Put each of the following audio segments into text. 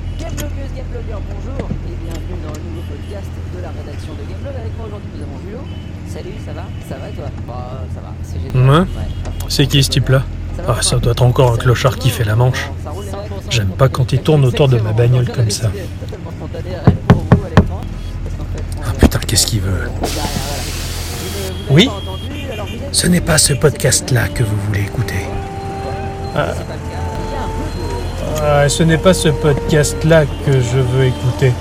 blogueuses, game blogueurs, bonjour et bienvenue dans le nouveau podcast de la rédaction de Game Blog. Avec moi aujourd'hui, nous avons Julot. Salut, ça va Ça va et toi Bah, ça va, c'est génial. Ouais. ah, franchement, C'est qui ce type-là ça va, Ah, ça doit être encore un clochard qui fait la manche. Ça roule, les mecs J'aime pas quand il tourne autour de ma bagnole comme ça. Totalement spontané, rien que pour vous à l'écran, parce qu'en fait, on Ah est- putain, qu'est-ce qu'il veut on est derrière, voilà. Vous ne- vous l'avez Oui pas entendu, alors vous êtes- Ce n'est pas ce podcast-là que vous voulez écouter. C'est pas le cas. Il y a un peu de- Ah, ce n'est pas ce podcast-là que je veux écouter.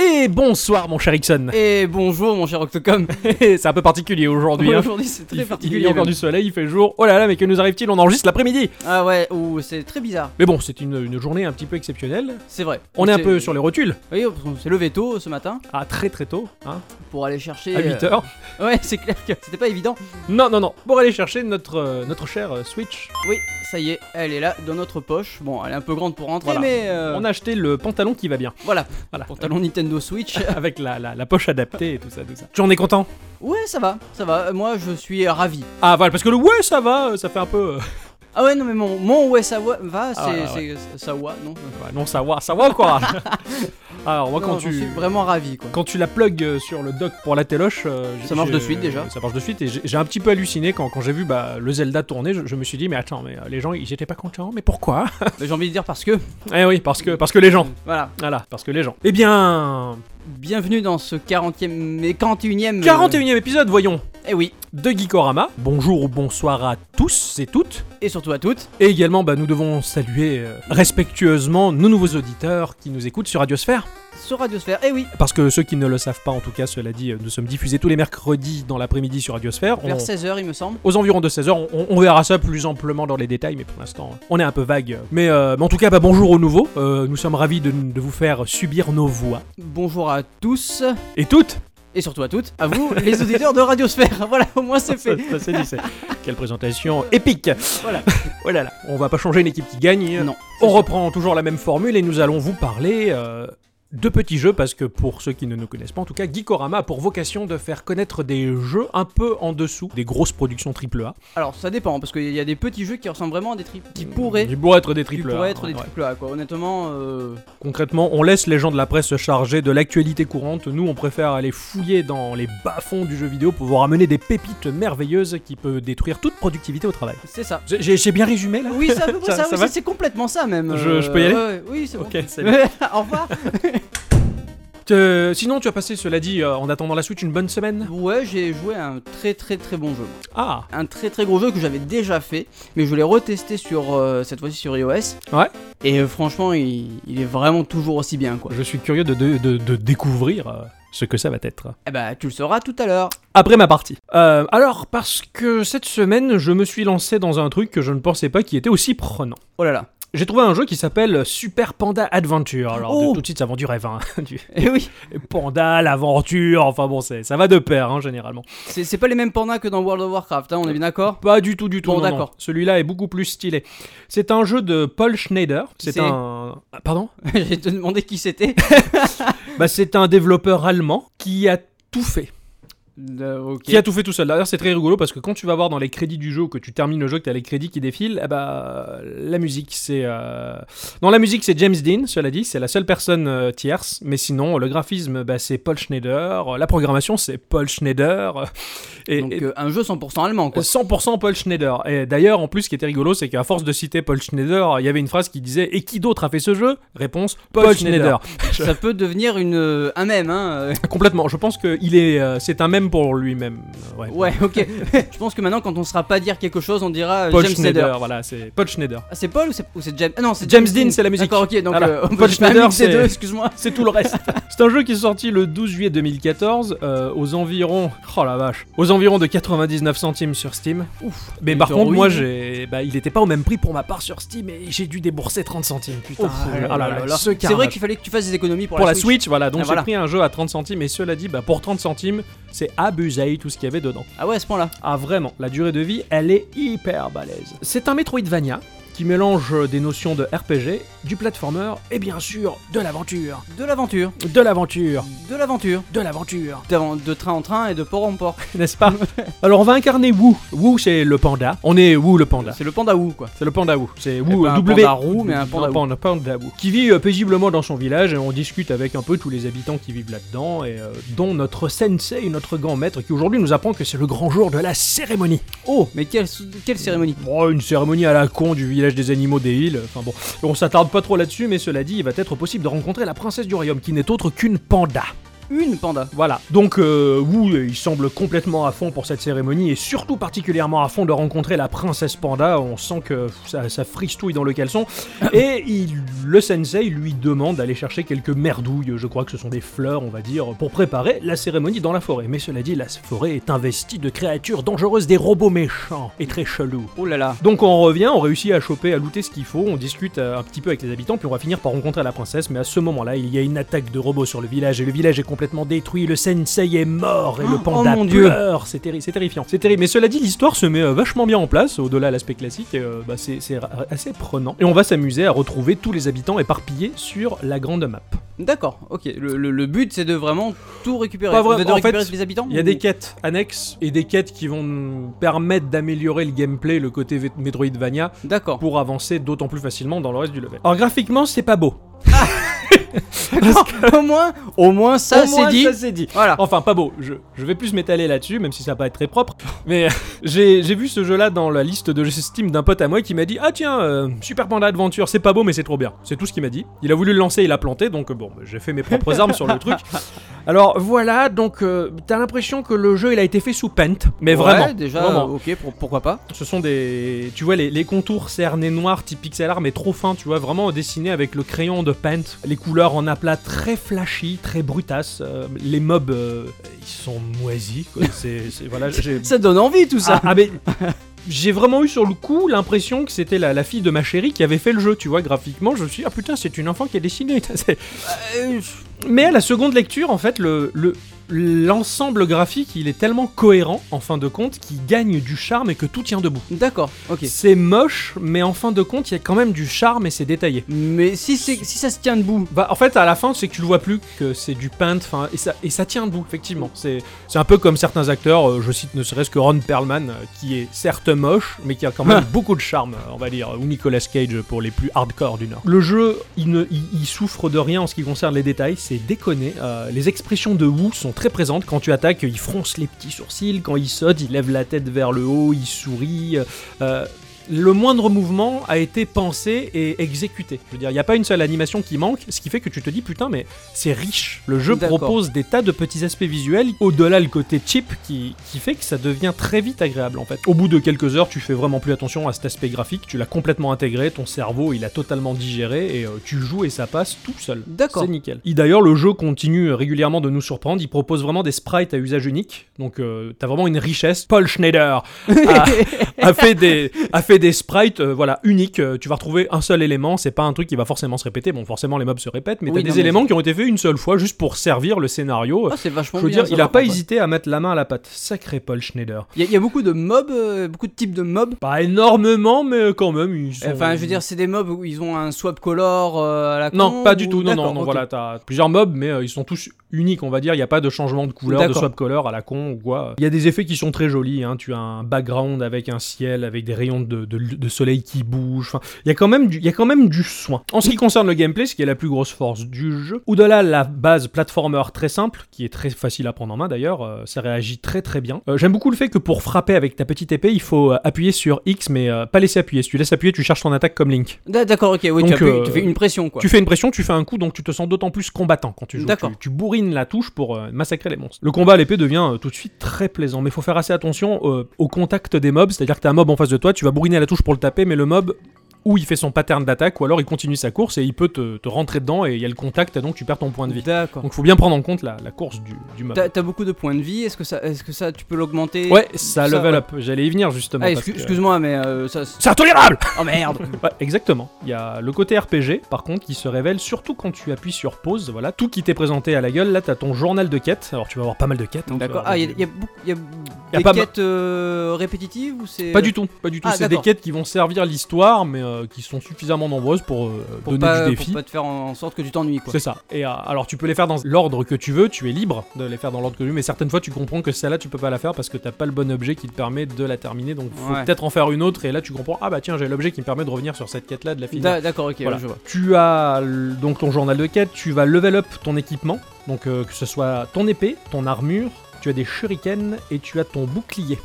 Et bonsoir mon cher Ixon. Et bonjour mon cher Octocom. C'est un peu particulier aujourd'hui. hein. Aujourd'hui c'est Il très fait- particulier. Il y a encore même. du soleil, il fait jour. Oh là là, mais que nous arrive-t-il On enregistre l'après-midi. Ah ouais, ou c'est très bizarre. Mais bon, c'est une, une journée un petit peu exceptionnelle. C'est vrai. On est un peu sur les rotules. Oui, on s'est levé tôt ce matin Ah, très très tôt, hein, pour aller chercher. à 8 heures. euh, Ouais, c'est clair que c'était pas évident. Non, non, non. Pour aller chercher notre, euh, notre chère euh, Switch. Oui, ça y est, elle est là dans notre poche. Bon, elle est un peu grande pour rentrer, Voilà. mais euh, On a acheté le pantalon qui va bien. voilà, Voilà. pantalon Nintendo Switch. Avec la, la, la poche adaptée et tout ça, tout ça. Tu en es content ouais, ça va, ça va. Moi, je suis euh, ravi. Ah, voilà, parce que le ouais, ça va, euh, ça fait un peu. euh, Ah ouais, non mais mon mon ouais ça va, va, c'est Ah ouais, c'est- ça va, non. ouais, non, ça va, ça va quoi Alors, moi, Non, Oh, quand j'en tu. suis vraiment ravi quoi. Quand tu la plug euh, sur le dock pour la téloche, euh, j'ai- Ça marche j'ai- de suite, déjà. Ça marche de suite et j'ai j'ai un petit peu halluciné quand, quand j'ai vu bah, le Zelda tourner. Je, je me suis dit mais attends mais euh, les gens ils étaient pas contents mais pourquoi Mais J'ai envie de dire parce que Eh oui parce que parce que les gens voilà, voilà parce que les gens. Eh bien Euh. bienvenue dans ce 40e et 41e 41e épisode voyons Et oui, de Geekorama. Bonjour ou bonsoir à tous et toutes. et surtout à toutes. Et également bah, nous devons saluer euh, respectueusement nos nouveaux auditeurs qui nous écoutent sur Radiosphère. Sur Radiosphère, eh oui, Parce que ceux qui ne le savent pas en tout cas cela dit euh, nous sommes diffusés tous les mercredis dans l'après-midi sur Radiosphère. vers On- 16h il me semble. aux environs de 16h. On, on verra ça plus amplement dans les détails, mais pour l'instant, on est un peu vague. Mais, euh, mais en tout cas, bah, bonjour aux nouveaux. Euh, nous sommes ravis de, de vous faire subir nos voix. Bonjour à tous, Et toutes et surtout à toutes, à vous, les auditeurs de Radiosphère. Voilà, au moins c'est fait. Ça, ça, c'est dit, c'est- Quelle présentation épique Voilà. Oh là là. On va pas changer une équipe qui gagne. Non. On reprend toujours la même formule et nous allons vous parler euh, de petits jeux parce que pour ceux qui ne nous connaissent pas, en tout cas, Geekorama a pour vocation de faire connaître des jeux un peu en dessous des grosses productions AAA. Alors ça dépend, parce qu'il y a des petits jeux qui ressemblent vraiment à des triples. qui pourraient. Qui pourraient être des AAA. qui pourraient être des ouais. triple A quoi. Honnêtement, euh, Concrètement, on laisse les gens de la presse se charger de l'actualité courante. Nous, on préfère aller fouiller dans les bas-fonds du jeu vidéo pour vous ramener des pépites merveilleuses qui peuvent détruire toute productivité au travail. c'est ça. J'ai- J'ai j'ai bien résumé là Oui, c'est à peu près Ça- ça, ça oui, va c'est- c'est complètement ça même. euh, Je- je peux y aller ouais, ouais, Oui, c'est bon. Ok, c'est au revoir. Euh, sinon, tu as passé, cela dit, euh, en attendant la suite, une bonne semaine Ouais, j'ai joué à un très très très bon jeu. Ah un très très gros jeu que j'avais déjà fait, mais je l'ai retesté sur euh, cette fois-ci sur iOS. Ouais. Et euh, franchement, il, il est vraiment toujours aussi bien quoi. Je suis curieux de, de- de- de découvrir euh, ce que ça va être. Eh bah, tu le sauras tout à l'heure. Après ma partie. Euh, alors, parce que cette semaine, je me suis lancé dans un truc que je ne pensais pas qui était aussi prenant. Oh là là. J'ai trouvé un jeu qui s'appelle Super Panda Adventure. Alors, de- Oh tout de suite, ça vend du rêve. hein. Du- Et oui, Panda, l'aventure, enfin bon, c'est- ça va de pair, hein, généralement. c'est c'est pas les mêmes pandas que dans World of Warcraft, hein, on est bien d'accord Pas du tout, du tout. Bon, non, non. d'accord. Celui-là est beaucoup plus stylé. C'est un jeu de Paul Schneider. C'est C'est- un. Ah, Pardon J'ai te demandé qui c'était. bah, C'est un développeur allemand qui a tout fait. Euh, ok. Qui a tout fait tout seul. D'ailleurs, c'est très rigolo parce que quand tu vas voir dans les crédits du jeu, que tu termines le jeu, que tu as les crédits qui défilent, eh bah, la musique, c'est. euh, Non, la musique, c'est James Dean, cela dit, c'est la seule personne euh, tierce. Mais sinon, le graphisme, bah, c'est Paul Schneider. La programmation, c'est Paul Schneider. Et, Donc et- euh, un jeu 100% allemand quoi. 100% Paul Schneider. Et d'ailleurs, en plus, ce qui était rigolo, c'est qu'à force de citer Paul Schneider, il y avait une phrase qui disait Et qui d'autre a fait ce jeu Réponse Paul, Paul Schneider. Ça peut devenir une euh, un même hein. euh. Complètement. Je pense que il est, euh, c'est un même lui-même pour lui-même. Euh, Ouais. Ouais, ok. je pense que maintenant, quand on saura pas dire quelque chose, on dira euh, Paul James Schneider, Snyder. voilà, c'est Paul Schneider. Ah, c'est Paul ou c'est, ou c'est James ah, Non, c'est James Dean, c'est la musique. D'accord, ok. Donc, Voilà. euh, on Paul peut juste faire un Schneider, mix des c'est- deux, excuse-moi. C'est tout le reste. c'est un jeu qui est sorti le 12 juillet 2014 euh, aux environs. Oh la vache. Aux environs de 99 centimes sur Steam. Ouf. Mais Il par te contre, ruine. moi, j'ai, bah, il était pas au même prix pour ma part sur Steam et j'ai dû débourser 30 centimes. Putain. Ouf, ah là là, ce Oh, C'est vrai carnage. qu'il fallait que tu fasses des économies pour, pour la Switch, voilà. Donc Ah, j'ai voilà. pris un jeu à 30 centimes et cela dit, bah, pour 30 centimes, c'est abusé tout ce qu'il y avait dedans. Ah ouais, à ce point-là. Ah vraiment, la durée de vie, elle est hyper balèze. C'est un Metroidvania qui mélange des notions de RPG, du platformer et bien sûr de l'aventure. De l'aventure. De l'aventure, De l'aventure. Ah. de l'aventure, D'avant- De train en train et de port en port. n'est-ce pas Alors on va incarner Wu. Wu c'est le panda. On est Wu le panda. C'est le panda ou quoi. C'est le panda Wu. C'est Et Wu pas un W. panda roux, mais un panda Wu. panda, panda Wu. Qui vit euh, paisiblement dans son village et on discute avec un peu tous les habitants qui vivent là-dedans et euh, dont notre sensei, notre grand maître qui aujourd'hui nous apprend que c'est le grand jour de la cérémonie. Oh Mais quelle, quelle cérémonie Bon, une cérémonie à la con du village des animaux des îles. Enfin bon, on s'attarde pas trop là-dessus, mais cela dit, il va être possible de rencontrer la princesse du royaume, qui n'est autre qu'une panda. Une panda. Voilà. Donc, euh, Wu, il semble complètement à fond pour cette cérémonie, et surtout particulièrement à fond de rencontrer la princesse panda. On sent que pff, ça, ça fristouille dans le caleçon. Et il- le sensei lui demande d'aller chercher quelques merdouilles, je crois que ce sont des fleurs, on va dire, pour préparer la cérémonie dans la forêt. Mais cela dit, la forêt est investie de créatures dangereuses, des robots méchants et très chelous. Oh là là. Donc on revient, on réussit à choper, à looter ce qu'il faut, on discute euh, un petit peu avec les habitants, puis on va finir par rencontrer la princesse, mais à ce moment-là, il y a une attaque de robots sur le village, et le village est complètement détruit, le sensei est mort, et le Oh, panda mon Dieu. pleure, c'est terri- c'est terrifiant, c'est terrible. Mais cela dit, l'histoire se met euh, vachement bien en place, au-delà de l'aspect classique, et, euh, bah, c'est c'est ra- assez prenant. Et on va s'amuser à retrouver tous les habitants éparpillés sur la grande map. D'accord, ok. Le, le- le but c'est de vraiment tout récupérer. Pas vrai- de, de en récupérer fait, les habitants Il y a ou- des quêtes annexes, et des quêtes qui vont nous permettre d'améliorer le gameplay, le côté vé- Metroidvania, D'accord. pour avancer d'autant plus facilement dans le reste du level. Alors graphiquement, c'est pas beau. au moins, au moins ça Au c'est moins, dit. ça, c'est Oh, dit. Voilà. Enfin, pas beau. Je, je vais plus m'étaler là-dessus, même si ça va pas être très propre. Mais euh, j'ai j'ai vu ce jeu-là dans la liste de jeux Steam d'un pote à moi qui m'a dit Ah tiens, euh, Super Panda Adventure, c'est pas beau, mais c'est trop bien. C'est tout ce qu'il m'a dit. Il a voulu le lancer, il a planté, donc euh, bon, j'ai fait mes propres armes sur le truc. Alors voilà, donc euh, t'as l'impression que le jeu il a été fait sous Paint, mais Ouais, vraiment. Déjà, vraiment. euh, ok, pour- pourquoi pas. Ce sont des. Tu vois, les, les contours cernés noirs, type pixel art, mais trop fins, tu vois, vraiment dessinés avec le crayon de paint. Les couleurs en aplat très flashy, très brutasses. euh, les mobs, euh, ils sont moisis, quoi. C'est. c'est- voilà, j'ai. Ça donne envie tout Ah, ça. ah, mais. J'ai vraiment eu sur le coup l'impression que c'était la, la fille de ma chérie qui avait fait le jeu, tu vois, graphiquement. Je me suis dit, ah putain, c'est une enfant qui a dessiné. C'est- Euh, mais à la seconde lecture, en fait, le, le- l'ensemble graphique, il est tellement cohérent, en fin de compte, qu'il gagne du charme et que tout tient debout. D'accord, ok. C'est moche, mais en fin de compte, il y a quand même du charme et c'est détaillé. Mais si, c'est- si ça se tient debout. Bah, en fait, à la fin, c'est que tu le vois plus que c'est du paint, enfin, et ça, et ça tient debout, effectivement. C'est, c'est un peu comme certains acteurs, euh, je cite ne serait-ce que Ron Perlman, euh, qui est certes moche, mais qui a quand même beaucoup de charme, euh, on va dire, ou Nicolas Cage pour les plus hardcore du Nord. Le jeu, il, ne, il, il souffre de rien en ce qui concerne les détails, c'est déconné. Euh, les expressions de Wu sont très présentes. Quand tu attaques, il fronce les petits sourcils, quand il saute, il lève la tête vers le haut, il sourit. euh, euh, le moindre mouvement a été pensé et exécuté. Je veux dire, il n'y a pas une seule animation qui manque, ce qui fait que tu te dis putain, mais c'est riche. Le jeu D'accord. propose des tas de petits aspects visuels, au-delà le côté cheap qui, qui fait que ça devient très vite agréable en fait. Au bout de quelques heures, tu fais vraiment plus attention à cet aspect graphique, tu l'as complètement intégré, ton cerveau il a totalement digéré et euh, tu joues et ça passe tout seul. D'accord. C'est nickel. Et D'ailleurs, le jeu continue euh, régulièrement de nous surprendre. Il propose vraiment des sprites à usage unique. Donc, euh, t'as vraiment une richesse. Paul Schneider a, a fait, des, a fait des sprites euh, voilà, uniques. Euh, tu vas retrouver un seul élément. C'est pas un truc qui va forcément se répéter. Bon, forcément, les mobs se répètent. Mais Oui, t'as non, des mais- éléments qui ont été faits une seule fois juste pour servir le scénario. Ah, c'est vachement Je veux bien. dire, ça, il a par pas contre, ouais. hésité à mettre la main à la pâte. Sacré Paul Schneider. Il y, a- il y a beaucoup de mobs, euh, beaucoup de types de mobs. Pas énormément, mais quand même. Ils sont... Enfin, je veux dire, c'est des mobs où ils ont un swap color euh, à la Non, con, pas du ou- tout. Non, non, D'accord, non. ok. Voilà, t'as plusieurs mobs, mais euh, ils sont tous uniques, on va dire. Il n'y a pas de changement de couleur, de D'accord. swap color à la con ou quoi. Il y a des effets qui sont très jolis. hein. Tu as un background avec un ciel, avec des rayons de, de- de soleil qui bougent. Enfin, il y a quand même du, il y a quand même du soin. En ce qui concerne le gameplay, ce qui est la plus grosse force du jeu, au-delà de la base platformer très simple, qui est très facile à prendre en main d'ailleurs, euh, ça réagit très très bien. Euh, J'aime beaucoup le fait que pour frapper avec ta petite épée, il faut euh, appuyer sur X, mais euh, pas laisser appuyer. Si tu laisses appuyer, tu cherches ton attaque comme Link. D'a- D'accord, ok, oui, Donc, tu, as pu- euh, tu fais une pression quoi. Tu fais une pression, tu fais un coup, donc tu te sens d'autant plus combattant quand tu joues. D'accord. Tu, tu bourrines bourrine la touche pour euh, massacrer les monstres. Le combat à l'épée devient euh, tout de suite très plaisant, mais faut faire assez attention euh, au contact des mobs, c'est-à-dire que t'as un mob en face de toi, tu vas bourriner à la touche pour le taper, mais le mob ou il fait son pattern d'attaque, ou alors il continue sa course et il peut te, te rentrer dedans et il y a le contact et donc tu perds ton point de vie. D'accord. Donc faut bien prendre en compte la, la course du, du mob. T'as t'as beaucoup de points de vie, est-ce que, est que ça tu peux l'augmenter Ouais, ça ça, level ouais. up, j'allais y venir justement. Ah, parce excu- que- Excuse-moi, mais euh, ça. c'est- C'est intolérable Oh merde Ouais, exactement. Il y a le côté RPG, par contre, qui se révèle surtout quand tu appuies sur pause. Voilà, tout qui t'est présenté à la gueule. Là, t'as ton journal de quêtes. Alors, tu vas avoir pas mal de quêtes. hein, tu D'accord. vas avoir Ah, il des- y a, beaucoup- y a a des pas ma- quêtes euh, répétitives ou c'est Pas du tout, pas du tout. Ah, c'est des d'accord. quêtes qui vont servir l'histoire, mais euh, qui sont suffisamment nombreuses pour, euh, pour donner pas, du pour défi. pas te faire en en sorte que tu t'ennuies quoi. C'est ça. Et euh, alors tu peux les faire dans l'ordre que tu veux, tu es libre de les faire dans l'ordre que tu veux, mais certaines fois tu comprends que celle-là tu peux pas la faire parce que t'as pas le bon objet qui te permet de la terminer, donc faut Ouais. peut-être en faire une autre et là tu comprends ah bah tiens j'ai l'objet qui me permet de revenir sur cette quête-là de la finir. D'a- D'accord, ok, Voilà. ouais, je vois. Tu as l- donc ton journal de quête, tu vas level up ton équipement, donc euh, que ce soit ton épée, ton armure, tu as des shurikens et tu as ton bouclier.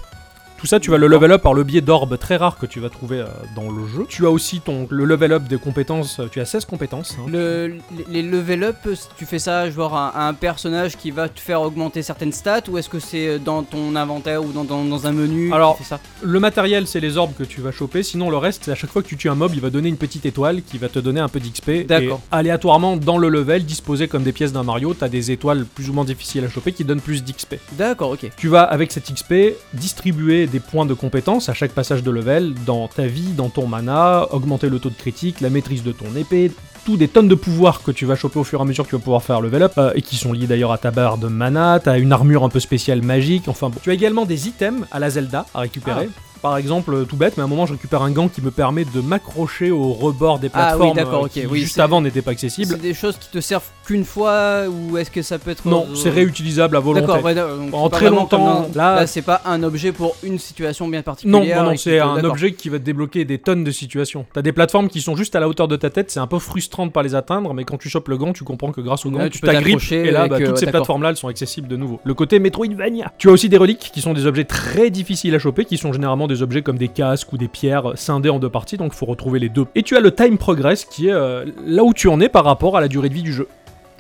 Tout ça, tu vas le level up par le biais d'orbes très rares que tu vas trouver euh, dans le jeu. Tu as aussi ton, le level up des compétences, euh, tu as 16 compétences. hein. Le- les- les level up, tu fais ça genre à, à un personnage qui va te faire augmenter certaines stats ou est-ce que c'est dans ton inventaire ou dans, dans- dans un menu tu Alors- fais ça Le matériel, c'est les orbes que tu vas choper, sinon le reste, c'est à chaque fois que tu tues un mob, il va donner une petite étoile qui va te donner un peu d'XP. et D'accord. Aléatoirement, dans le level, disposé comme des pièces d'un Mario, t'as des étoiles plus ou moins difficiles à choper qui donnent plus d'XP. D'accord, ok. Tu vas, avec cet XP, distribuer des points de compétence à chaque passage de level, dans ta vie, dans ton mana, augmenter le taux de critique, la maîtrise de ton épée, tout des tonnes de pouvoirs que tu vas choper au fur et à mesure que tu vas pouvoir faire level up, euh, et qui sont liés d'ailleurs à ta barre de mana, t'as une armure un peu spéciale magique, enfin bon. Tu as également des items à la Zelda à récupérer. Ah. Par exemple, euh, tout bête, mais à un moment je récupère un gant qui me permet de m'accrocher au rebord des Ah oui, plateformes d'accord, euh, ok, qui oui, juste c'est- avant n'étaient pas accessibles. C'est des choses qui te servent qu'une fois ou est-ce que ça peut être. Non, euh, c'est réutilisable à volonté. D'accord, ouais, d'accord, donc En c'est pas très vraiment comme longtemps, dans- là- là, c'est pas un objet pour une situation bien Non, particulière. non, non, et qui c'est te- un d'accord. objet qui va te débloquer des tonnes de situations. T'as des plateformes qui sont juste à la hauteur de ta tête, c'est un peu frustrant de pas les atteindre, mais quand tu chopes le gant, tu comprends que grâce au gant, Là, tu Euh, tu peux t'agrippes, t'accrocher et là, avec, bah, euh, toutes ces d'accord. plateformes-là, elles sont accessibles de nouveau. Le côté Metroidvania. Tu as aussi des reliques qui sont des objets très difficiles à choper, qui sont généralement des objets comme des casques ou des pierres scindées en deux parties, donc faut retrouver les deux. Et tu as le time progress qui est euh, là où tu en es par rapport à la durée de vie du jeu.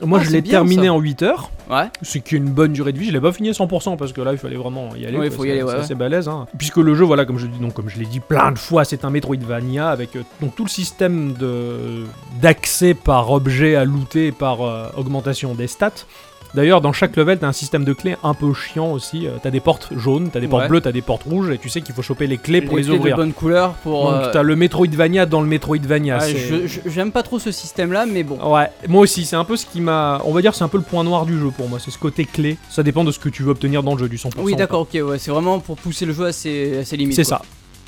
Moi, Ah, je c'est l'ai bien, terminé ça. en 8 heures Ouais. ce qui est une bonne durée de vie. Je l'ai pas fini à 100% parce que là, il fallait vraiment y aller. Oui, quoi. faut y C'est- aller, ouais, C'est ouais. assez balèze. hein. Puisque le jeu, voilà, comme je, dis, donc, comme je l'ai dit plein de fois, c'est un Metroidvania avec euh, donc, tout le système de- d'accès par objet à looter et par euh, augmentation des stats. D'ailleurs, dans chaque level, t'as un système de clés un peu chiant aussi. Euh, T'as des portes jaunes, t'as des portes Ouais. bleues, t'as des portes rouges, et tu sais qu'il faut choper les clés pour les, clés ouvrir. de bonne couleur pour. Donc euh, t'as le Metroidvania dans le Metroidvania. ouais, c'est- Ah, je- je- J'aime pas trop ce système-là, mais bon. Ouais, moi aussi, c'est un peu ce qui m'a. On va dire, c'est un peu le point noir du jeu pour moi, c'est ce côté clé. Ça dépend de ce que tu veux obtenir dans le jeu, du 100%. Oui, d'accord, ok, ouais, c'est vraiment pour pousser le jeu à ses, à ses limites. C'est quoi. ça.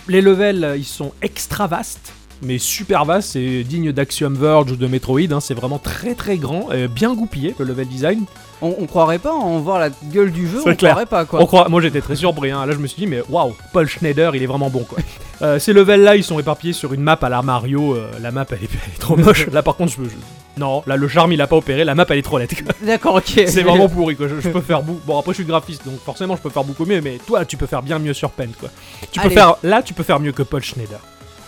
Les levels, euh, ils sont extra vastes, mais super vastes, c'est digne d'Axiom Verge ou de Metroid, hein, c'est vraiment très très grand, euh, bien goupillé le level design. On, on croirait pas en voir la gueule du jeu, C'est on clair. croirait pas quoi. On croit- Moi j'étais très surpris, hein. là je me suis dit, mais waouh, Paul Schneider, il est vraiment bon quoi. Euh, ces levels-là, ils sont éparpillés sur une map à la Mario, euh, la map elle est, elle est trop moche. Là par contre, je peux. je- Non, là le charme il a pas opéré, la map elle est trop laide. D'accord, ok. C'est vraiment pourri quoi. Je, je peux faire beaucoup. Bon après je suis graphiste donc forcément je peux faire beaucoup mieux. Mais toi tu peux faire bien mieux sur Paint quoi. Tu peux Allez. faire là tu peux faire mieux que Paul Schneider.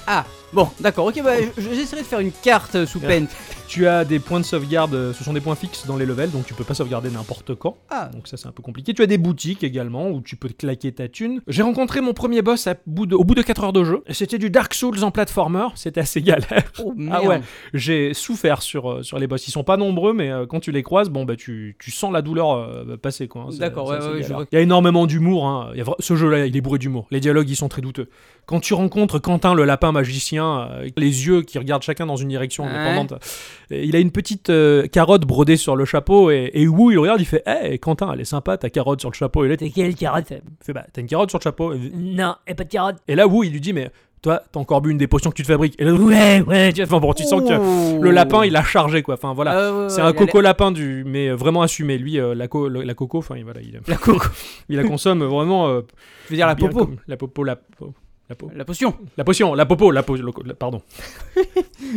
Ah, bon, d'accord, ok, bah je- j'essaierai de faire une carte euh, sous Bien. peine. Tu as des points de sauvegarde. euh, Ce sont des points fixes dans les levels donc tu peux pas sauvegarder n'importe quand. Ah, Donc ça c'est un peu compliqué. Tu as des boutiques également où tu peux te claquer ta thune. J'ai rencontré mon premier boss à bout de- au bout de 4 heures de jeu. C'était du Dark Souls en platformer. C'était assez galère. Ah oh merde. ouais, j'ai souffert sur, euh, sur les boss. Ils sont pas nombreux, mais euh, quand tu les croises, bon bah tu, tu sens la douleur euh, passer quoi. hein. C'est- D'accord, c'est ouais, assez ouais, ouais, je galère. vois. Il y a énormément d'humour. hein. Il y a vra- Ce jeu-là, il est bourré d'humour. Les dialogues, ils sont très douteux. Quand tu rencontres Quentin, le lapin magicien, euh, les yeux qui regardent chacun dans une direction Ouais. indépendante, et il a une petite euh, carotte brodée sur le chapeau et, et Wu, il le regarde, il fait Hey, Quentin, elle est sympa ta carotte sur le chapeau. Et là, T'as quelle carotte il fait Bah, t'as une carotte sur le chapeau. Et- Non, et pas de carotte. Et là, Wu, il lui dit Mais toi, t'as encore bu une des potions que tu te fabriques. Et là, Ouais, ouais, tu- enfin, bon, tu sens que Oh. le lapin il a chargé quoi enfin Ah voilà c'est un coco lapin du mais euh, vraiment assumé lui euh, la, co- le- la coco enfin il- voilà il, La coco. il la consomme vraiment euh, Je veux dire la bien popo. comme- la popo la po- la, po- La potion. la potion la popo la, po- le co- la- pardon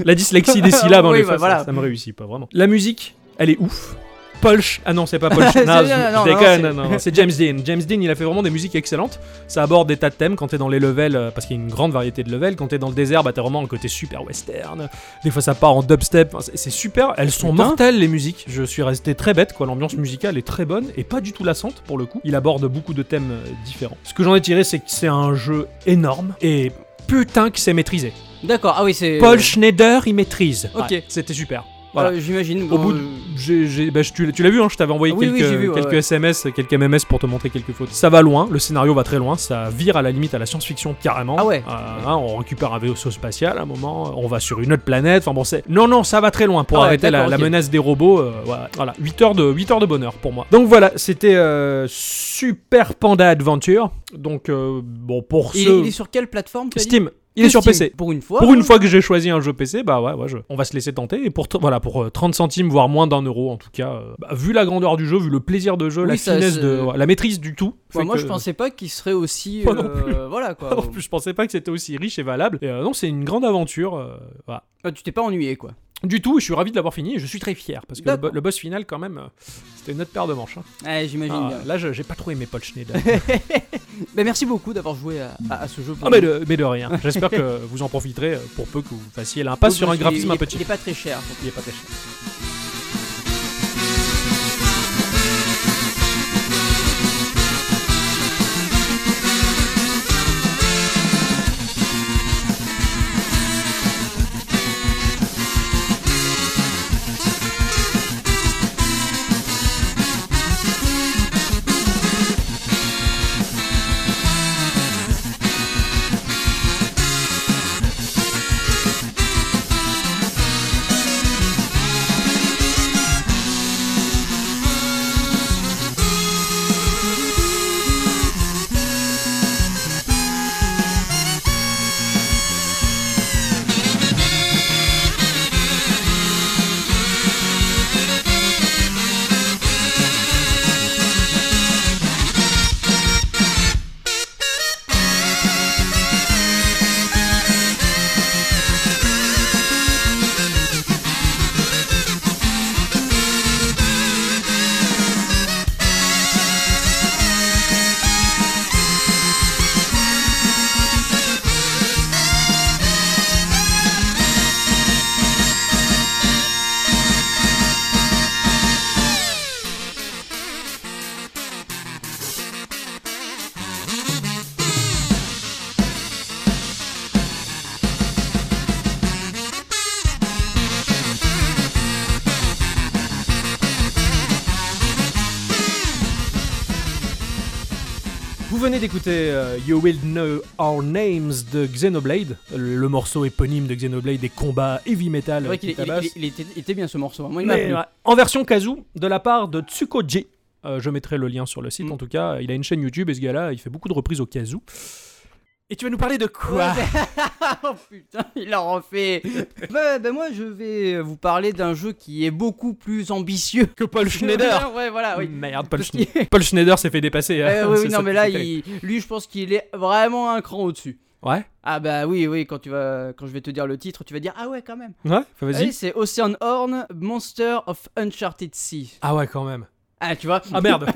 la dyslexie des syllabes en Oui, effet, bah, ça- voilà. ça me réussit pas vraiment la musique elle est ouf Polch. Ah non, c'est pas Polch. C'est- non, je- non, non, je déconne, non, non, non, c'est James Dean. James Dean, il a fait vraiment des musiques excellentes. Ça aborde des tas de thèmes quand t'es dans les levels, euh, parce qu'il y a une grande variété de levels. Quand t'es dans le désert, bah t'as vraiment le côté super western. Des fois, ça part en dubstep. Enfin, c'est- c'est super. Elles sont Putain. mortelles, les musiques. Je suis resté très bête, quoi. L'ambiance musicale est très bonne et pas du tout lassante pour le coup. Il aborde beaucoup de thèmes euh, différents. Ce que j'en ai tiré, c'est que c'est un jeu énorme et putain que c'est maîtrisé. D'accord, ah oui, c'est. Paul Schneider, il maîtrise. Ok. C'était super. Euh, Voilà. J'imagine. Euh, Au bon, bout de- j'ai- j'ai- bah, je- tu l'as- tu l'as vu, hein, je t'avais envoyé Ah oui, oui, quelques, j'ai vu, ouais, quelques ouais. SMS, quelques MMS pour te montrer quelques fautes. Ça va loin, le scénario va très loin, ça vire à la limite à la science-fiction carrément. Ah ouais. Euh, hein, on récupère un vaisseau spatial à un moment, on va sur une autre planète, enfin bon, c'est. Non, non, ça va très loin pour Ah ouais, arrêter la, d'accord, la ok. menace des robots. euh, voilà, 8, heures de, 8 heures de bonheur pour moi. Donc voilà, c'était euh, Super Panda Adventure. Donc, euh, bon, pour Il, ceux. il est sur quelle plateforme tu as dit Steam, il est Que sur Steam, PC. Pour une fois. Pour une fois que j'ai choisi un jeu PC, bah ouais, ouais, je- on va se laisser tenter. Et pour, t- voilà, pour euh, 30 centimes, voire moins d'un euro, en tout cas, euh, bah, vu la grandeur du jeu, vu le plaisir de jeu, Oui, la ça, finesse, c'est- de, ouais, la maîtrise du tout. Ouais, fait Bah, moi, que- je pensais pas qu'il serait aussi. Moi non plus. euh, Voilà quoi. En plus, je pensais pas que c'était aussi riche et valable. Et, euh, non, c'est une grande aventure. euh, voilà. Ah, tu t'es pas ennuyé quoi. Du tout, et je suis ravi de l'avoir fini et je suis très fier parce que le, bo- D'accord. le boss final, quand même, euh, c'était une autre paire de manches. hein. Ouais, j'imagine. Ah, bien. là, je- j'ai pas trouvé mes Paul Schneider. Bah, merci beaucoup d'avoir joué à, à- à ce jeu. pour Ah, mais, nous. de, mais de rien. J'espère que vous en profiterez euh, pour peu que vous fassiez l'impasse Donc, sur un il- graphisme il un est- peu cheap. Il est pas très cher. Il est pas très cher. Vous venez d'écouter euh, You Will Know Our Names de Xenoblade, le, le morceau éponyme de Xenoblade des combats heavy metal C'est vrai qui qu'il est- il, tabassent. il- il était, il était bien ce morceau. Moi, il m'a Mais, plu. ouais, en version kazoo de la part de Tsukoji. Euh, je mettrai le lien sur le site Mm. en tout cas. Il a une chaîne YouTube et ce gars-là, il fait beaucoup de reprises au kazoo. Et tu vas nous parler de quoi Oh putain, il a refait. bah, bah, moi, je vais vous parler d'un jeu qui est beaucoup plus ambitieux. Que Paul Schneider Ouais, voilà, oui. Merde, Paul, Parce qu'il- Schne- Paul Schneider s'est fait dépasser. Euh, hein. oui, C'est oui, ça non, mais qui là, fait. il- lui, je pense qu'il est vraiment un cran au-dessus. Ouais, Ah bah oui, oui, quand, tu vas, quand je vais te dire le titre, tu vas dire Ah ouais, quand même. ouais, fais- vas-y. Allez, c'est Ocean Horn, Monster of Uncharted Sea. Ah ouais, quand même. Ah, tu vois Ah merde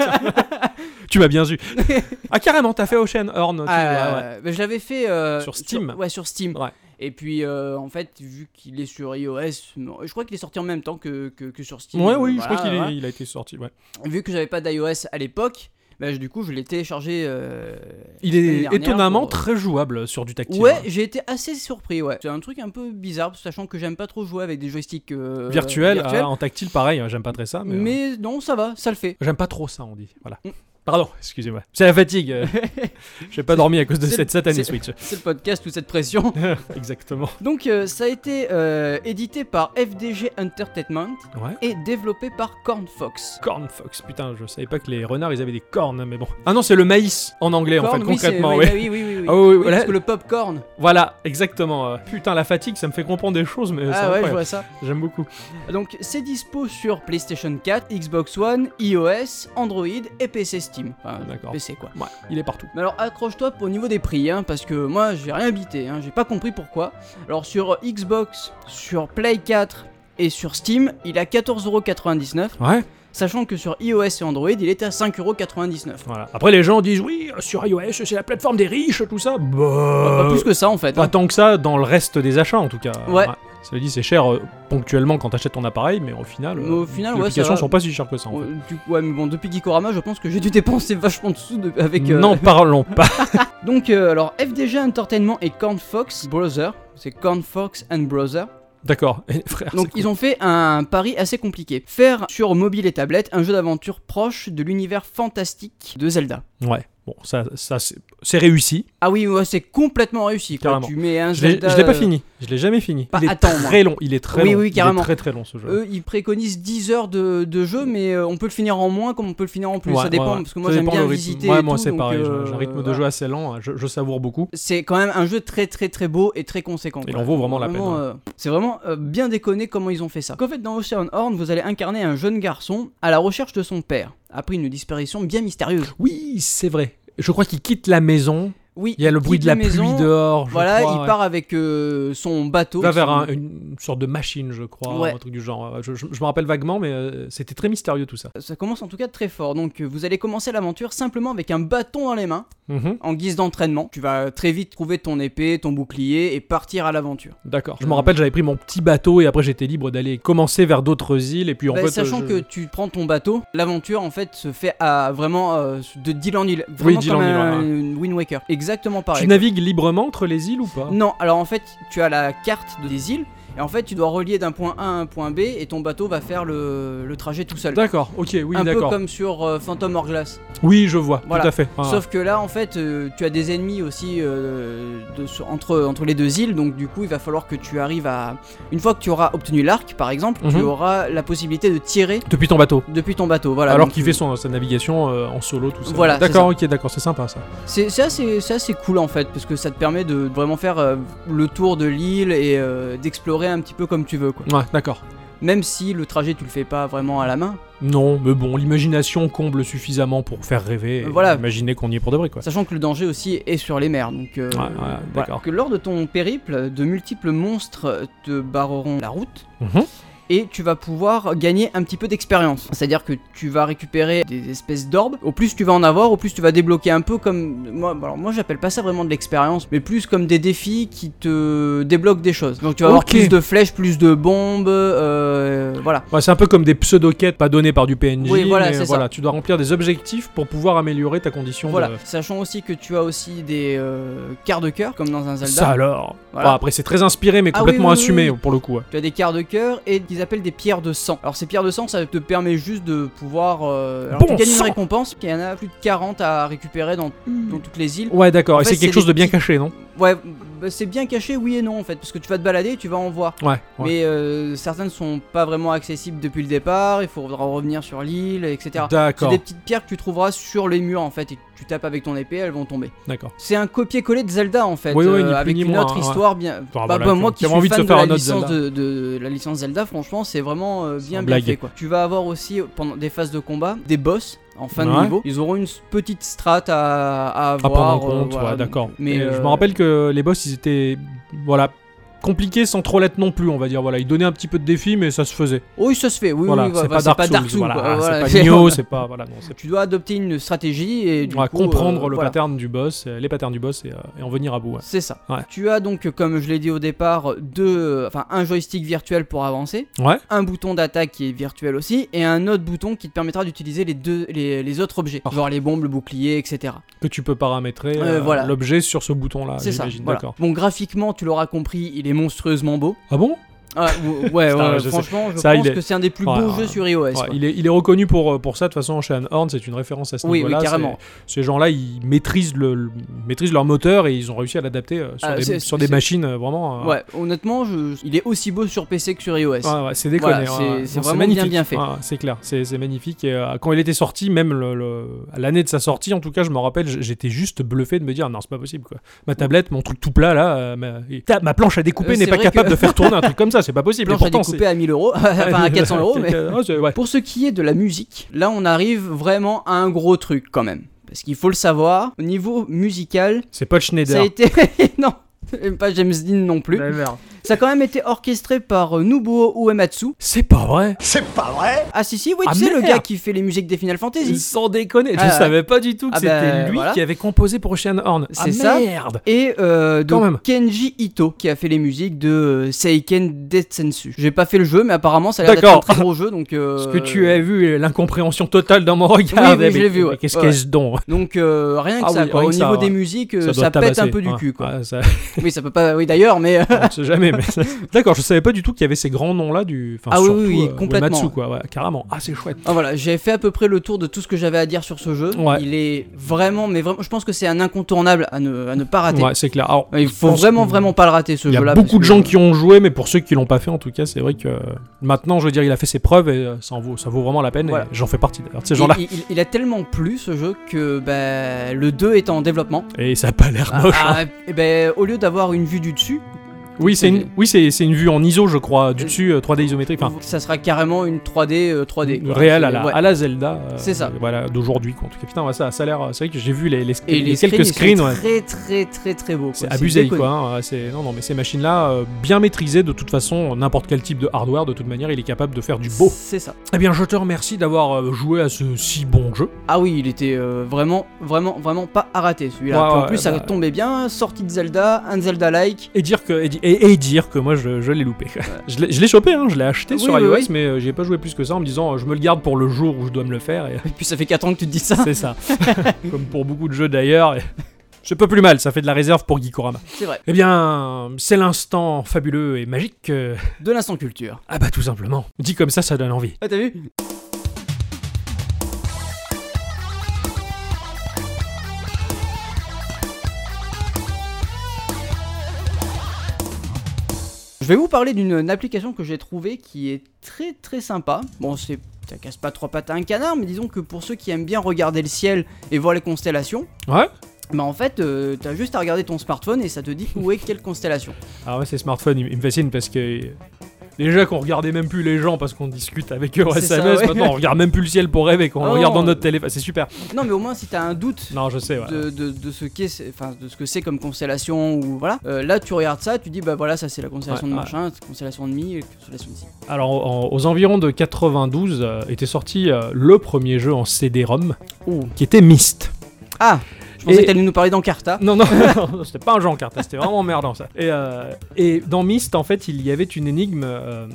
Tu m'as bien vu. ah carrément, t'as fait Ocean Horn. tu- ouais, ouais. Ah, mais je l'avais fait euh, Sur Steam. ouais, sur Steam. Ouais. Et puis, euh, en fait, vu qu'il est sur iOS, non, je crois qu'il est sorti en même temps que, que, que sur Steam. Ouais, oui, euh, Voilà, je crois qu'il est- voilà. il a été sorti. Ouais. Vu que j'avais pas d'iOS à l'époque, bah, je- du coup, je l'ai téléchargé. euh, Il semaine est dernière étonnamment hein, pour- euh, très jouable sur du tactile. hein. Ouais, j'ai été assez surpris, ouais. C'est un truc un peu bizarre, sachant que j'aime pas trop jouer avec des joysticks euh, virtuel, virtuels. ah, en tactile, pareil. J'aime pas très ça, mais, euh, mais non, ça va, ça le fait. j'aime pas trop ça, on dit. Voilà. Mm. Pardon, excusez-moi. C'est la fatigue. euh, j'ai pas dormi à cause de c'est- cette satanée c'est- Switch. C'est le podcast, toute cette pression. Exactement. Donc, euh, ça a été euh, édité par FDG Entertainment Ouais. et développé par Corn Fox. Corn Fox, putain, je savais pas que les renards ils avaient des cornes, mais bon. Ah non, c'est le maïs en anglais en Corn, fait, oui, c'est- concrètement, oui, ouais. bah oui, oui, oui, oui. Ah oui, Euh, oui, Oui, là- parce que le popcorn. Voilà, exactement. euh, Putain, la fatigue, ça me fait comprendre des choses, mais c'est ah ouais, je incroyable. vois ça. j'aime beaucoup. Donc, c'est dispo sur PlayStation 4, Xbox One, iOS, Android et PC Steam. Enfin, Ah, D'accord. PC quoi. Ouais, il est partout. Mais alors accroche-toi au niveau des prix, hein, parce que moi j'ai rien bité, hein, j'ai pas compris pourquoi. Alors sur euh, Xbox, sur Play 4 et sur Steam, il a 14,99€. Ouais. sachant que sur iOS et Android, il est à 5,99€. Voilà. Après, les gens disent oui, sur iOS, c'est la plateforme des riches, tout ça. Bah, Pas plus que ça en fait. pas hein. tant que ça dans le reste des achats, en tout cas. Ouais. Ça veut dire c'est cher euh, ponctuellement quand t'achètes ton appareil, mais au final, Mais euh, au final, les ouais, ça applications va. sont pas si chères que ça. En Ouais, fait. Euh, du- ouais, mais bon, depuis Gikorama, je pense que j'ai dû dépenser vachement de sous de- avec. euh, N'en parlons pas. Donc, euh, alors, FDG Entertainment et Corn Fox Brother, c'est Corn Fox and Brother. D'accord, Eh, frère. Donc, ils ont fait un pari assez compliqué. Faire sur mobile et tablette un jeu d'aventure proche de l'univers fantastique de Zelda. c'est- Ouais. Bon, ça, ça c'est- c'est réussi. Ah oui, ouais, c'est complètement réussi. Quoi. Carrément. Tu mets un Je l'ai Zelda, je l'ai pas euh, fini. Je l'ai jamais fini. Pas il est à temps, moi. très long. Il est très Oui, long. oui, carrément. Il est très très long ce jeu. Eux, ils préconisent 10 heures de, de jeu, mais euh, on peut le finir en moins comme on peut le finir en plus. Ouais, ça dépend, ouais, ouais. parce que moi Ça j'aime dépend le bien rythme. visiter. Ouais, et moi tout, c'est donc, pareil, j'ai- euh, j'ai un rythme de voilà. jeu assez lent, hein. je, je savoure beaucoup. c'est quand même un jeu très très très très beau et très conséquent. Il quoi. en vaut vraiment la peine, ouais. euh, c'est vraiment euh, bien déconné comment ils ont fait ça. Qu'en fait, dans Ocean Horn, vous allez incarner un jeune garçon à la recherche de son père après une disparition bien mystérieuse. Oui, c'est vrai. Je crois qu'il quitte la maison. Oui, Il y a le bruit quitte de la la maison, pluie dehors. je Voilà, crois, il ouais. part avec euh, son bateau. va vers son- un- une sorte de machine, je crois, Ouais. un truc du genre. Je, je- je me rappelle vaguement, mais euh, c'était très mystérieux tout ça. Ça commence en tout cas très fort. Donc, euh, vous allez commencer l'aventure simplement avec un bâton dans les mains en guise d'entraînement. Tu vas très vite trouver ton épée, ton bouclier et partir à l'aventure. D'accord. Je Euh, me rappelle, j'avais pris mon petit bateau et après j'étais libre d'aller commencer vers d'autres îles et puis en Bah, fait. sachant euh, que je- tu prends ton bateau, l'aventure en fait se fait à vraiment euh, de deal en île. Vraiment deal comme en île, un- ouais, une Wind Waker. Exactement tu pareil. navigues librement entre les îles ou pas Non, alors en fait, tu as la carte des îles et en fait, tu dois relier d'un point A à un point B et ton bateau va faire le, le trajet tout seul. D'accord. Ok. Oui, un peu d'accord. comme sur euh, Phantom Hourglass. Oui, je vois. Voilà. Tout à fait. Ah. Sauf que là, en fait, euh, tu as des ennemis aussi euh, de- sur- entre, entre les deux îles, donc du coup, il va falloir que tu arrives à. Une fois que tu auras obtenu l'arc, par exemple, tu Mhm. auras la possibilité de tirer Depuis ton bateau. depuis ton bateau. Voilà. Alors donc, qu'il fait son, sa navigation euh, en solo, tout ça. Voilà, c'est D'accord. Ok. D'accord. C'est sympa ça. C'est ça, c'est ça, c'est cool en fait, parce que ça te permet de vraiment faire euh, le tour de l'île et euh, d'explorer un petit peu comme tu veux, quoi. Ouais. D'accord. Même si le trajet tu le fais pas vraiment à la main, Non, mais bon, l'imagination comble suffisamment pour faire rêver. et Euh, voilà. Imaginer qu'on y est pour de vrai, quoi. sachant que le danger aussi est sur les mers, donc. euh, Ouais, ouais, voilà. d'accord. Que lors de ton périple, de multiples monstres te barreront la route. Mhm. Et tu vas pouvoir gagner un petit peu d'expérience. C'est-à-dire que tu vas récupérer des espèces d'orbes. Au plus tu vas en avoir, au plus tu vas débloquer un peu comme. Moi, alors moi j'appelle pas ça vraiment de l'expérience, mais plus comme des défis qui te débloquent des choses. Donc tu vas avoir Ok. plus de flèches, plus de bombes. euh, voilà. Ouais, c'est un peu comme des pseudo-quêtes pas données par du PNJ. Oui, voilà, mais c'est ça. Tu dois remplir des objectifs pour pouvoir améliorer ta condition. Voilà. de- Sachant aussi que tu as aussi des euh, quarts de cœur, comme dans un Zelda. Ça alors. Voilà. Bon, après, c'est très inspiré, mais Ah complètement oui, oui, assumé oui. pour le coup. ouais. Tu as des quarts de cœur et qu'ils appellent des pierres de sang. Alors ces pierres de sang, ça te permet juste de pouvoir... Euh... Alors Bon tu gagnes une sang récompense, il y en a plus de 40 à récupérer dans, dans toutes les îles. Ouais, d'accord. En Et fait, c'est c'est quelque chose des de bien petits- caché, non Ouais, bah, c'est bien caché, oui et non en fait, parce que tu vas te balader et tu vas en voir. Ouais. ouais. Mais euh, certaines sont pas vraiment accessibles depuis le départ, il faudra revenir sur l'île, etc. C'est D'accord. des petites pierres que tu trouveras sur les murs en fait, et que tu tapes avec ton épée, elles vont tomber. D'accord. C'est un copier-coller de Zelda en fait, euh, Oui, oui, ni plus avec ni une moins, autre hein, ouais. histoire bien. Bah, bah, voilà, bah, tu- moi qui t'avais suis envie de fan se faire de un autre la licence Zelda. de, de la licence Zelda, franchement c'est vraiment euh, bien bien blague. fait quoi. Tu vas avoir aussi euh, pendant des phases de combat des boss en fin de Ouais. niveau. Ils auront une s- petite strat à, à À avoir. prendre en euh, Ah, compte. voilà. ouais, d'accord. Mais, Et je euh, me rappelle que les boss, ils étaient. Voilà. Compliqués sans trop l'être non plus, on va dire. Voilà, ils donnaient un petit peu de défi, mais ça se faisait. Oui, ça se fait. Oui, voilà, oui, c'est bah, pas, Dark Souls, Souls, voilà, quoi. Voilà, c'est pas Nioh, c'est pas voilà, non, c'est- Tu dois adopter une stratégie et du on va coup, comprendre euh, le voilà. pattern du boss, euh, les patterns du boss et, euh, et en venir à bout. ouais. C'est ça. Ouais. Tu as donc, euh, comme je l'ai dit au départ, deux, enfin un joystick virtuel pour avancer, Ouais. un bouton d'attaque qui est virtuel aussi, et un autre bouton qui te permettra d'utiliser les deux, les, les autres objets, Oh. genre les bombes, le bouclier, etc. que tu peux paramétrer Euh, euh, voilà. l'objet sur ce bouton là, C'est Ah, ça. j'imagine. voilà. D'accord. Bon, graphiquement, tu l'auras compris, il est monstrueusement beau. Ah bon Ah, ou- ouais, Putain, ouais, je sais. franchement, je Ça, il pense est- que c'est un des plus Ouais, beaux ouais. jeux sur iOS. Ouais, quoi. il, est, il est reconnu pour, euh, pour ça de toute façon chez Horn, c'est une référence à ce Oui, oui, niveau-là. carrément. c'est- Ces gens-là, ils maîtrisent, le, le- maîtrisent leur moteur et ils ont réussi à l'adapter euh, sur, Ah, c'est- des, sur des c'est- machines euh, vraiment. euh, Ouais, honnêtement, je- il est aussi beau sur PC que sur iOS. ouais, ouais, c'est déconné. Voilà, ouais, c'est- ouais. c'est Non, vraiment bien, magnifique. bien fait. Ouais, ouais, c'est clair, c'est c'est magnifique. Et, euh, quand il était sorti, même le- le- à l'année de sa sortie, en tout cas, je me rappelle, j- j'étais juste bluffé de me dire non, c'est pas possible quoi. Ma tablette, mon truc tout plat là, euh, ma, et- ta- ma planche à découper Euh, n'est c'est pas vrai capable que- de faire tourner un truc comme ça, c'est pas possible. Et Planche à pourtant, découper à 1000 euros, c'est- enfin à 400 euros, Oh, mais. Ouais, c'est- oh, ouais. Pour ce qui est de la musique, là on arrive vraiment à un gros truc quand même. Parce qu'il faut le savoir, au niveau musical, C'est Paul ça a Schneider. été. non, pas James Dean non plus. Ça a quand même été orchestré par euh, Nobuo Uematsu. C'est pas vrai. Ah si si, oui, tu Ah, sais le merde. gars qui fait les musiques des Final Fantasy. Sans déconner, Ah, je ouais. savais pas du tout que Ah, c'était bah, lui voilà. qui avait composé pour Oceanhorn. Ah C'est ça. merde. Et euh, Quand même. donc Kenji Ito qui a fait les musiques de euh, Seiken Detsensu. J'ai pas fait le jeu, mais apparemment ça a l'air d'être D'accord. un très gros jeu. Donc euh, Ce que tu as vu, l'incompréhension totale dans mon regard. Oui, oui, eh, je mais- l'ai vu, ouais. mais Qu'est-ce Ouais. que je donc Donc euh, rien que Ah ça, oui, quoi. rien au que ça, niveau ouais. des musiques, euh, ça, doit pète un tabasser. peu du Ouais. cul, quoi. Ouais, ça- Oui, ça peut pas. Oui, d'ailleurs, mais euh, on sait jamais. mais ça- D'accord, je savais pas du tout qu'il y avait ces grands noms-là du. Enfin, Ah oui, surtout, oui, oui, euh, complètement. Uematsu, quoi, ouais, carrément. Ah, c'est chouette. ah, voilà, j'ai fait à peu près le tour de tout ce que j'avais à dire sur ce jeu. Ouais. Il est vraiment, mais vraiment, je pense que c'est un incontournable à ne, à ne pas rater. Ouais, c'est clair. Alors, Il je faut pense vraiment, que- vraiment pas le rater ce Il y jeu-là. a parce beaucoup de que- gens qui ont joué, mais pour ceux qui l'ont pas fait, en tout cas, c'est vrai que euh, maintenant, je veux dire, il a fait ses preuves et euh, ça, en vaut, ça vaut vraiment la peine. et Voilà. J'en fais partie d'ailleurs de ces Il- gens-là. Il, il- il a tellement plu ce jeu que bah, le 2 est en développement. Et ça a pas l'air moche. hein. Ah, et ben, au lieu d'avoir une vue du dessus, Oui, c'est j'ai- une, oui, c'est, c'est une vue en ISO, je crois, du dessus, euh, 3D isométrique, enfin, ça sera carrément une 3D euh, 3D. quoi. réel à C'est- la, ouais. à la Zelda. euh, C'est ça. Voilà, d'aujourd'hui, quoi. En tout cas, putain, ouais, ça, ça a l'air. euh, C'est vrai que j'ai vu les, les, les Et les quelques screens, screens, ils sont ouais. très très très très beau. C'est abusé, quoi. hein, ouais, c'est- Non, non, mais ces machines-là, euh, bien maîtrisées, de toute façon, n'importe quel type de hardware, de toute manière, il est capable de faire du beau. C'est ça. Eh bien, je te remercie d'avoir euh, joué à ce si bon jeu. Ah oui, il était euh, vraiment, vraiment, vraiment pas à rater celui-là. Ouais, Puis en ouais, plus, ça bah- tombait bien, sortie de Zelda, un Zelda-like. Et dire que, et, di- et- et dire que moi je, je l'ai loupé. je l'ai je l'ai chopé, hein, je l'ai acheté Oui, sur oui, iOS, oui. mais euh, j'ai pas joué plus que ça en me disant euh, je me le garde pour le jour où je dois me le faire. Et Et puis ça fait 4 ans que tu te dis ça. c'est ça. Comme pour beaucoup de jeux d'ailleurs. et C'est pas plus mal, ça fait de la réserve pour Gikorama. C'est vrai. Eh bien, c'est l'instant fabuleux et magique. euh, De l'instant culture. Ah bah tout simplement. Dit comme ça, ça donne envie. Ah, t'as vu Je vais vous parler d'une euh, application que j'ai trouvée qui est très très sympa. Bon, c'est ça casse pas trois pattes à un canard, mais disons que pour ceux qui aiment bien regarder le ciel et voir les constellations, Ouais bah en fait, euh, t'as juste à regarder ton smartphone et ça te dit où est quelle constellation. Ah ouais, ces smartphones, ils, ils me fascinent parce que. Déjà qu'on regardait même plus les gens parce qu'on discute avec eux au C'est ça, SMS, ouais. maintenant on regarde même plus le ciel pour rêver, qu'on Ah regarde non. dans notre téléphone, c'est super. Non, mais au moins si t'as un doute Non, je sais, ouais. de, de- de ce qu'est, c'est- enfin de ce que c'est comme constellation ou voilà. Euh, là, tu regardes ça, tu dis bah voilà, ça c'est la constellation Ouais, de ouais. machin, c'est la constellation de mi, et la constellation de si. Alors, en- aux environs de 92, euh, était sorti euh, le premier jeu en CD-ROM, Oh. qui était Myst. Ah, je pensais Et- que t'allais nous parler d'Encarta. Non, non, non, c'était pas un jeu en carte, c'était vraiment emmerdant ça. Et, euh, et dans Myst, en fait, il y avait une énigme euh,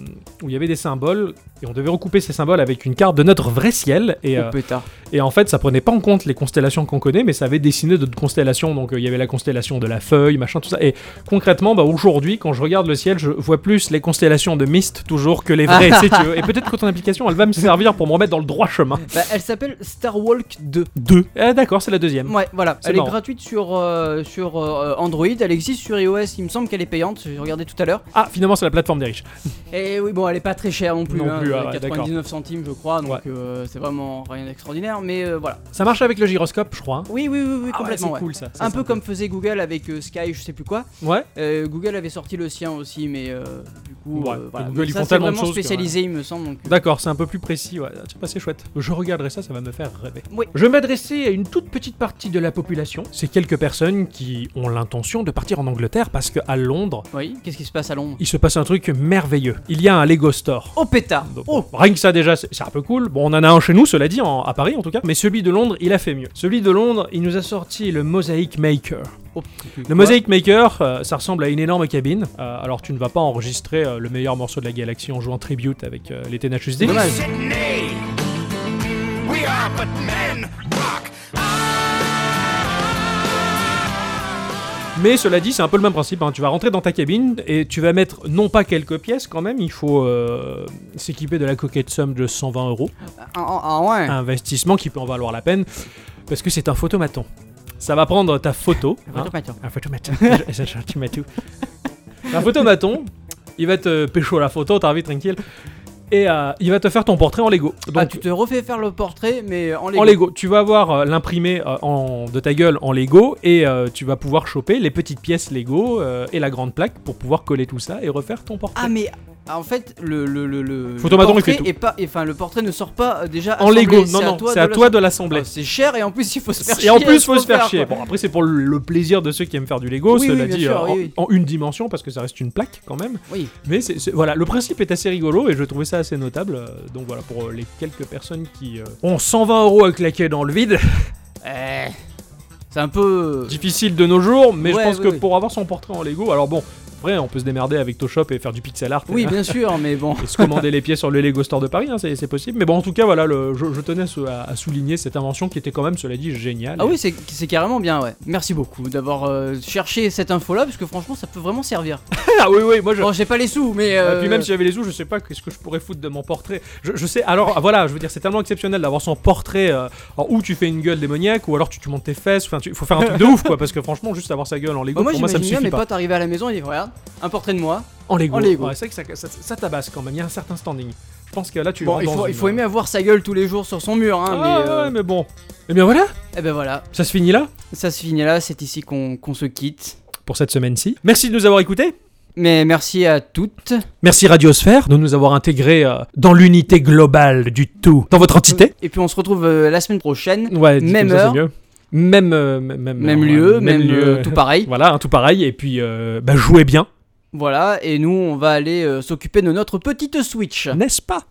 où il y avait des symboles, et on devait recouper ces symboles avec une carte de notre vrai ciel, et, Oh euh, pétard. et en fait, ça prenait pas en compte les constellations qu'on connaît, mais ça avait dessiné d'autres constellations, donc euh, il y avait la constellation de la feuille, machin, tout ça. Et concrètement, bah, aujourd'hui, quand je regarde le ciel, je vois plus les constellations de Myst toujours que les vraies, si tu veux. Et peut-être que ton application, elle va me servir pour me remettre dans le droit chemin. Bah, elle s'appelle Starwalk 2. Deux. Ah d'accord, c'est la deuxième. Ouais, voilà. C'est Elle marrant. est gratuite sur, euh, sur euh, Android, elle existe sur iOS, il me semble qu'elle est payante, j'ai regardé tout à l'heure. Ah, finalement, c'est la plateforme des riches. Et oui, bon, elle est pas très chère non plus, Non hein, plus, euh, ah ouais, 99 centimes je crois, donc Ouais. euh, c'est vraiment rien d'extraordinaire, mais euh, voilà. Ça marche avec le gyroscope, je crois. hein. Oui, oui, oui, oui Ah ouais, complètement. c'est ouais. cool ça. Ça, Un c'est peu comme faisait Google avec euh, Sky, je sais plus quoi. Ouais. Euh, Google avait sorti le sien aussi, mais euh, du coup, Ouais, euh, voilà. Google, ils ça, font c'est tellement de vraiment choses que, spécialisé, il me semble. donc, euh, D'accord, c'est un peu plus précis. Ouais. Ah, C'est pas c'est chouette. Je regarderai ça, ça va me faire rêver. Oui. Je vais m'adresser à une toute petite partie de la population. C'est quelques personnes qui ont l'intention de partir en Angleterre parce qu'à Londres, Oui, qu'est-ce qui se passe à Londres il se passe un truc merveilleux. Il y a un Lego Store. Oh pétard Donc, Oh bon, Rien que ça déjà, c'est c'est un peu cool. Bon, on en a un chez nous, cela dit, en- à Paris en tout cas. Mais celui de Londres, il a fait mieux. Celui de Londres, il nous a sorti le Mosaic Maker. Oh, Le Mosaic Maker, euh, ça ressemble à une énorme cabine. Euh, alors tu ne vas pas enregistrer euh, le meilleur morceau de la galaxie en jouant tribute avec euh, les Tenacious D. Dommage. Sydney. We are but men. Rock. Mais cela dit, c'est un peu le même principe. hein. Tu vas rentrer dans ta cabine et tu vas mettre non pas quelques pièces quand même. Il faut euh, s'équiper de la coquette somme de 120 euros. Ah, ah, ah, ouais Un investissement qui peut en valoir la peine parce que c'est un photomaton. Ça va prendre ta photo. hein, Attends, attends. Un photomaton. Je- je- je- tu m'as tout. Un photomaton, il va te pécho la photo, t'as envie tranquille. Et euh, il va te faire ton portrait en Lego. Donc, Ah, tu te refais faire le portrait, mais en Lego. en Lego. Tu vas avoir euh, l'imprimé euh, en- de ta gueule en Lego et euh, tu vas pouvoir choper les petites pièces Lego euh, et la grande plaque pour pouvoir coller tout ça et refaire ton portrait. Ah, mais en fait, le, le, le, le, Photomaton, le il fait portrait tout. est pas, et, enfin, le portrait ne sort pas euh, déjà En assemblé, Lego, non, non, c'est à de toi de l'assembler. l'assembler. Ah, c'est cher et en plus il faut se faire chier. Et en plus, il faut se faire chier. quoi. Bon, après, c'est pour le- le plaisir de ceux qui aiment faire du Lego, Oui, cela oui, bien dit, sûr, euh, oui, en, en oui. une dimension, parce que ça reste une plaque quand même. Oui. Mais c'est- c'est- voilà, le principe est assez rigolo et je trouvais ça assez notable. Euh, Donc voilà, pour euh, les quelques personnes qui euh, ont 120 euros à claquer dans le vide, Eh, c'est un peu. difficile de nos jours, mais Ouais, je pense oui, que oui. pour avoir son portrait en Lego, alors bon, après, on peut se démerder avec Toshop et faire du pixel art. Oui, et, bien sûr, mais bon. et se commander les pieds sur le Lego Store de Paris, hein, c'est c'est possible. Mais bon, en tout cas, voilà, le- je, je tenais à sou- à, à souligner cette invention qui était quand même, cela dit, géniale. Ah oui, c'est c'est carrément bien, ouais. Merci beaucoup d'avoir euh, cherché cette info-là, parce que franchement, ça peut vraiment servir. Ah oui, oui, moi je, Bon, j'ai pas les sous, mais. Et euh, Ah, puis même si j'avais les sous, je sais pas qu'est-ce que je pourrais foutre de mon portrait. Je, je sais, alors ah, voilà, je veux dire, c'est tellement exceptionnel d'avoir son portrait. euh, alors, ou tu fais une gueule démoniaque, ou alors tu, tu montes tes fesses. Enfin, il faut faire un truc de ouf, quoi, parce que franchement, juste avoir sa gueule en Lego, Bah, moi, pour moi, ça j'imagine me bien suffit mes pas. potes arriver à la maison et dire Regarde, un portrait de moi. En Lego, en Lego. Ouais, c'est vrai que ça, ça, ça tabasse quand même. Il y a un certain standing. Je pense que là, tu. Bon, rentres il dans faut, une- euh, il faut aimer avoir sa gueule tous les jours sur son mur, hein, Ah, mais. euh, ouais, mais bon. Et bien voilà, Eh ben voilà, ça se finit là ça se finit là, c'est ici qu'on qu'on se quitte. pour cette semaine-ci. Merci de nous avoir écoutés. Mais merci à toutes. Merci Radiosphère de nous avoir intégrés euh, dans l'unité globale du tout, dans votre entité. Et puis on se retrouve euh, la semaine prochaine, Ouais, dites-nous Même ça, c'est heure. mieux. Même, euh, même, même, même heure, lieu, ouais, même, euh, tout pareil. Voilà, hein, tout pareil. Et puis, euh, bah, jouez bien, Voilà, et nous on va aller euh, s'occuper de notre petite Switch. n'est-ce pas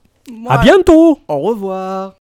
Voilà. À bientôt Au revoir.